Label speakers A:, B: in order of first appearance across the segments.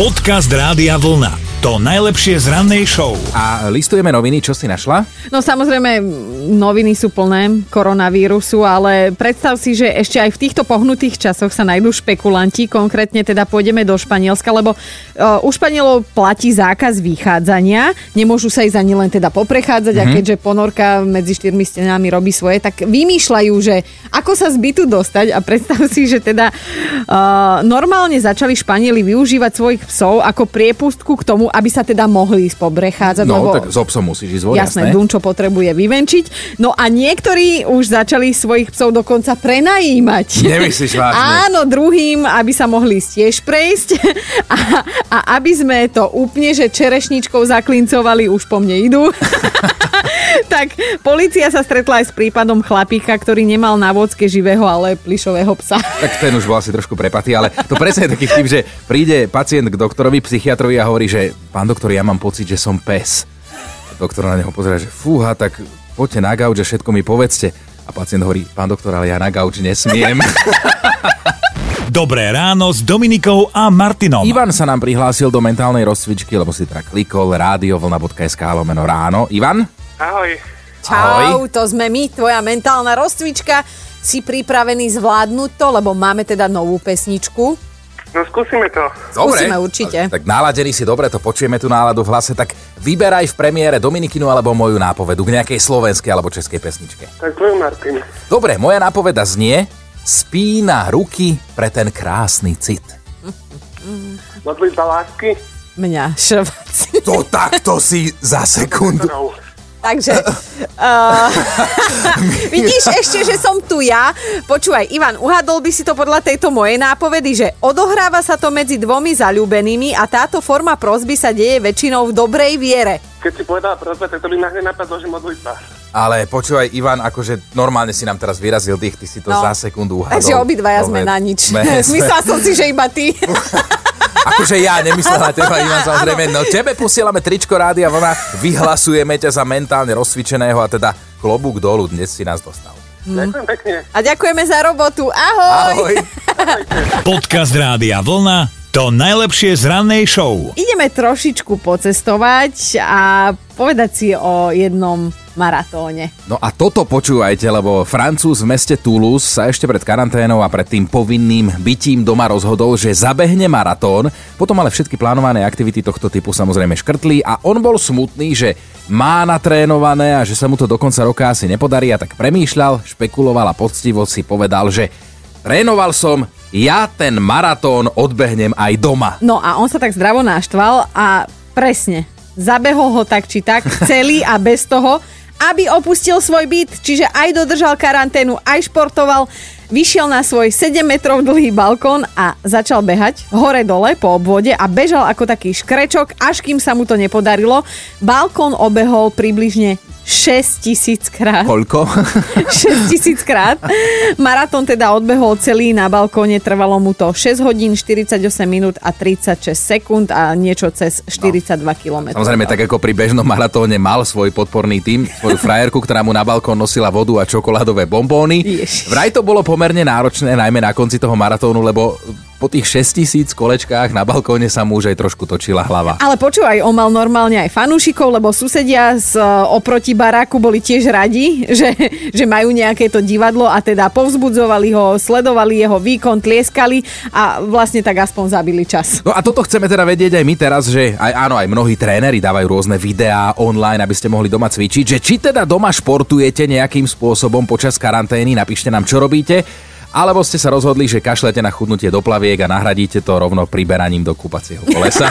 A: Podcast Rádia Vlna. To najlepšie z rannej show.
B: A listujeme noviny, čo si našla?
C: No samozrejme, noviny sú plné koronavírusu, ale predstav si, že ešte aj v týchto pohnutých časoch sa najdú špekulanti, konkrétne teda pôjdeme do Španielska, lebo uh, u Španielov platí zákaz vychádzania, nemôžu sa ísť ani len teda
B: Mhm.
C: poprechádzať mm-hmm. a keďže ponorka medzi štyrmi stenami robí svoje, tak vymýšľajú, že ako sa z bytu dostať a predstav si, že teda uh, normálne začali Španieli využívať svojich psov ako priepustku k tomu, aby sa teda mohli ísť pobrechádzať.
B: No,
C: lebo...
B: tak s obsom musíš ísť von,
C: Jasné,
B: jasné.
C: Dun, čo potrebuje vyvenčiť. No a niektorí už začali svojich psov dokonca prenajímať.
B: Nemyslíš vážne?
C: Áno, druhým, aby sa mohli tiež prejsť a, a aby sme to úplne, že čerešničkou zaklincovali, už po mne idú. tak policia sa stretla aj s prípadom chlapíka, ktorý nemal na vodske živého, ale plišového psa.
B: Tak ten už bol asi trošku prepatý, ale to presne je taký vtip, že príde pacient k doktorovi, psychiatrovi a hovorí, že pán doktor, ja mám pocit, že som pes. Doktor na neho pozera, že fúha, tak poďte na gauč a všetko mi povedzte. A pacient hovorí, pán doktor, ale ja na gauč nesmiem.
A: Dobré ráno s Dominikou a Martinom.
B: Ivan sa nám prihlásil do mentálnej rozcvičky, lebo si teda klikol radiovlna.sk lomeno ráno. Ivan?
D: Ahoj.
C: Čau, to sme my, tvoja mentálna rozcvička. Si pripravený zvládnuť to, lebo máme teda novú pesničku.
D: No skúsime to.
C: Skúsime určite.
B: Tak naladený si dobre, to počujeme tú náladu v hlase, tak vyberaj v premiére Dominikinu alebo moju nápovedu k nejakej slovenskej alebo českej pesničke.
D: Tak tvoj Martin.
B: Dobre, moja nápoveda znie Spína ruky pre ten krásny cit.
D: Modlitba lásky.
C: Mňa šrvací.
B: To takto si za sekundu.
D: No.
C: Takže, uh, vidíš ešte, že som tu ja. Počúvaj, Ivan, uhadol by si to podľa tejto mojej nápovedy, že odohráva sa to medzi dvomi zalúbenými a táto forma prosby sa deje väčšinou v dobrej viere.
D: Keď si povedala prozba, tak to by ma hneď napadlo, že modlitba.
B: Ale počúvaj, Ivan, akože normálne si nám teraz vyrazil dých, ty si to
C: No.
B: za sekundu uhadol.
C: Takže obidvaja sme
B: Dobre,
C: na nič.
B: Sme, sme,
C: Myslela som si, že iba ty.
B: akože ja, nemyslel na teba, Ivan, samozrejme. No tebe posielame tričko rádia vlna, vyhlasujeme ťa za mentálne rozcvičeného a teda klobúk dolu, dnes si nás dostal.
D: Ďakujem pekne.
C: A ďakujeme za robotu. Ahoj!
B: Ahoj.
A: Podcast Rádia Vlna. To najlepšie z rannej show.
C: Ideme trošičku pocestovať a povedať si o jednom maratóne.
B: No a toto počúvajte, lebo Francúz v meste Toulouse sa ešte pred karanténou a pred tým povinným bytím doma rozhodol, že zabehne maratón, potom ale všetky plánované aktivity tohto typu samozrejme škrtli a on bol smutný, že má natrénované a že sa mu to do konca roka asi nepodarí a tak premýšľal, špekuloval a poctivo si povedal, že trénoval som, ja ten maratón odbehnem aj doma.
C: No a on sa tak zdravo naštval a presne, zabehol ho tak či tak, celý a bez toho, aby opustil svoj byt, čiže aj dodržal karanténu, aj športoval, vyšiel na svoj 7 metrov dlhý balkón a začal behať hore-dole po obvode a bežal ako taký škrečok, až kým sa mu to nepodarilo. Balkón obehol približne 6000 krát.
B: Koľko?
C: 6000 krát. Maratón teda odbehol celý na balkóne, trvalo mu to 6 hodín, 48 minút a 36 sekúnd a niečo cez 42 no. km.
B: Samozrejme, tak ako pri bežnom maratóne mal svoj podporný tým, svoju frajerku, ktorá mu na balkón nosila vodu a čokoládové bombóny.
C: Ježiš.
B: Vraj to bolo pomerne náročné, najmä na konci toho maratónu, lebo po tých 6000 kolečkách na balkóne sa mu už aj trošku točila hlava.
C: Ale počúvaj, on mal normálne aj fanúšikov, lebo susedia z e, oproti baráku boli tiež radi, že, že majú nejaké to divadlo a teda povzbudzovali ho, sledovali jeho výkon, tlieskali a vlastne tak aspoň zabili čas.
B: No a toto chceme teda vedieť aj my teraz, že aj áno, aj mnohí tréneri dávajú rôzne videá online, aby ste mohli doma cvičiť, že či teda doma športujete nejakým spôsobom počas karantény, napíšte nám, čo robíte, alebo ste sa rozhodli, že kašlete na chudnutie do plaviek a nahradíte to rovno priberaním do kúpacieho kolesa.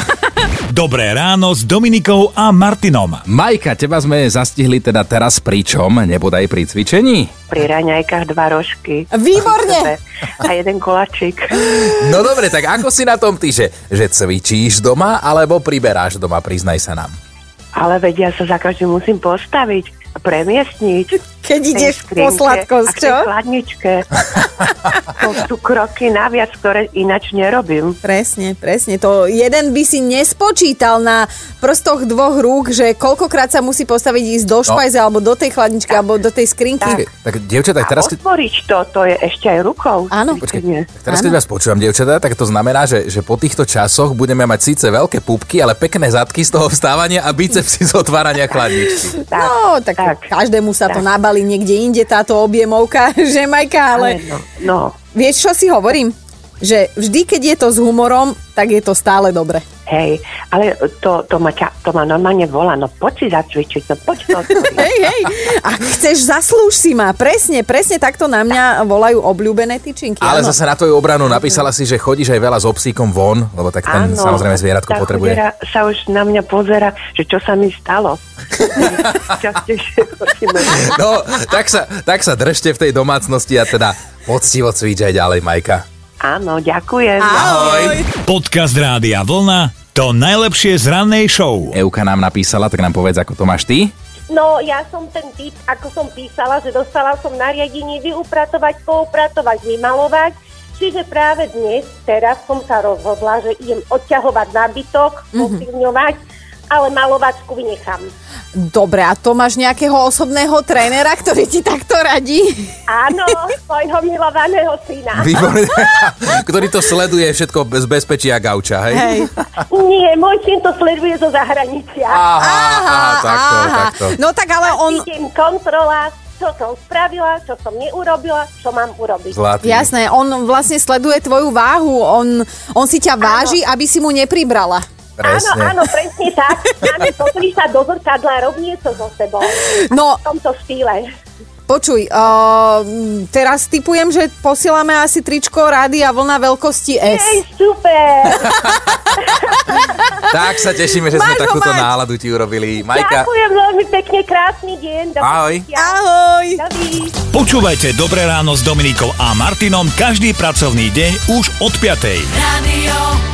A: Dobré ráno s Dominikou a Martinom.
B: Majka, teba sme zastihli teda teraz pričom, nebodaj pri cvičení?
E: pri raňajkách dva rožky.
C: Výborne!
E: A jeden kolačik.
B: No dobre, tak ako si na tom ty, že, že cvičíš doma alebo priberáš doma, priznaj sa nám.
E: Ale vedia sa za každým musím postaviť a premiestniť.
C: Keď ideš po
E: tej skrinke
C: sladkosť,
E: a k tej
C: čo?
E: chladničke. to sú kroky naviac, ktoré inač nerobím.
C: Presne, presne. To jeden by si nespočítal na prstoch dvoch rúk, že koľkokrát sa musí postaviť ísť do špajze, alebo do tej chladničky, alebo do tej skrinky.
B: Počkej, tak dievčatá,
E: A
B: teraz, keď,
E: otvoriť to, to je ešte aj rukou.
C: Áno.
B: počkej,
E: Nie.
B: tak teraz keď vás počúvam, dievčatá, tak to znamená, že, že po týchto časoch budeme mať síce veľké pupky, ale pekné zadky z toho vstávania a bicepsy z otvárania chladničky.
E: Tak,
C: no, tak,
E: tak.
C: každému sa to
E: tak.
C: nabali niekde inde, táto objemovka, že Majka, ale
E: Ale... No, no,
C: vieš, čo si hovorím? Že vždy, keď je to s humorom, tak je to stále dobre.
E: hej, ale to, to, ma ťa, to ma normálne volá, no poď si zacvičiť, no poď to otvoriť.
C: Hej, hej, ak chceš, zaslúž si ma. Presne, presne takto na mňa volajú obľúbené tyčinky.
B: Ale
C: áno.
B: zase na tvoju obranu napísala si, že chodíš aj veľa s obsíkom von, lebo tak ten
E: Áno,
B: samozrejme zvieratko
E: tá
B: potrebuje.
E: chudera sa už na mňa pozera, že čo sa mi stalo. Častejšie chodím.
B: No, tak sa, tak sa držte v tej domácnosti a teda poctivo cvič aj ďalej, Majka.
E: Áno, ďakujem.
B: Ahoj.
A: Podcast Rádia Vlna to najlepšie z rannej show.
B: Euka nám napísala, tak nám povedz, ako to máš ty.
F: No, ja som ten typ, ako som písala, že dostala som nariadenie vyupratovať, poupratovať, vymalovať. Čiže práve dnes, teraz som sa rozhodla, že idem odťahovať nábytok, posilňovať, ale malovačku vynechám.
C: Dobre, a to máš nejakého osobného trénera, ktorý ti takto radí?
F: Áno, svojho milovaného syna.
B: Výborné. Ktorý to sleduje všetko bez bezpečia gauča, hej?
C: Hej.
F: Nie, môj syn to sleduje zo zahraničia.
B: Aha, aha, takto,
C: aha.
B: takto.
C: No tak ale on...
F: Idem kontrola, čo som spravila, čo som neurobila, čo mám urobiť.
B: Zlatý.
C: Jasné, on vlastne sleduje tvoju váhu, on, on si ťa váži, aby si mu nepribrala.
B: Presne.
F: Áno, áno, presne tak. Máme pozri sa do zrkadla, rob niečo so sebou.
C: No,
F: V tomto štýle.
C: počuj, uh, teraz typujem, že posielame asi tričko rády a vlna veľkosti S.
F: Hej, super.
B: Tak sa tešíme, že sme
C: Máš ho
B: takúto
C: mať.
B: náladu ti urobili. Majka,
F: Ďakujem veľmi pekne, krásny deň. Do
B: Ahoj.
F: počutia.
C: Ahoj!
F: Dovidenia.
A: Počúvajte Dobré ráno s Dominikou a Martinom každý pracovný deň už od 5.
G: Radio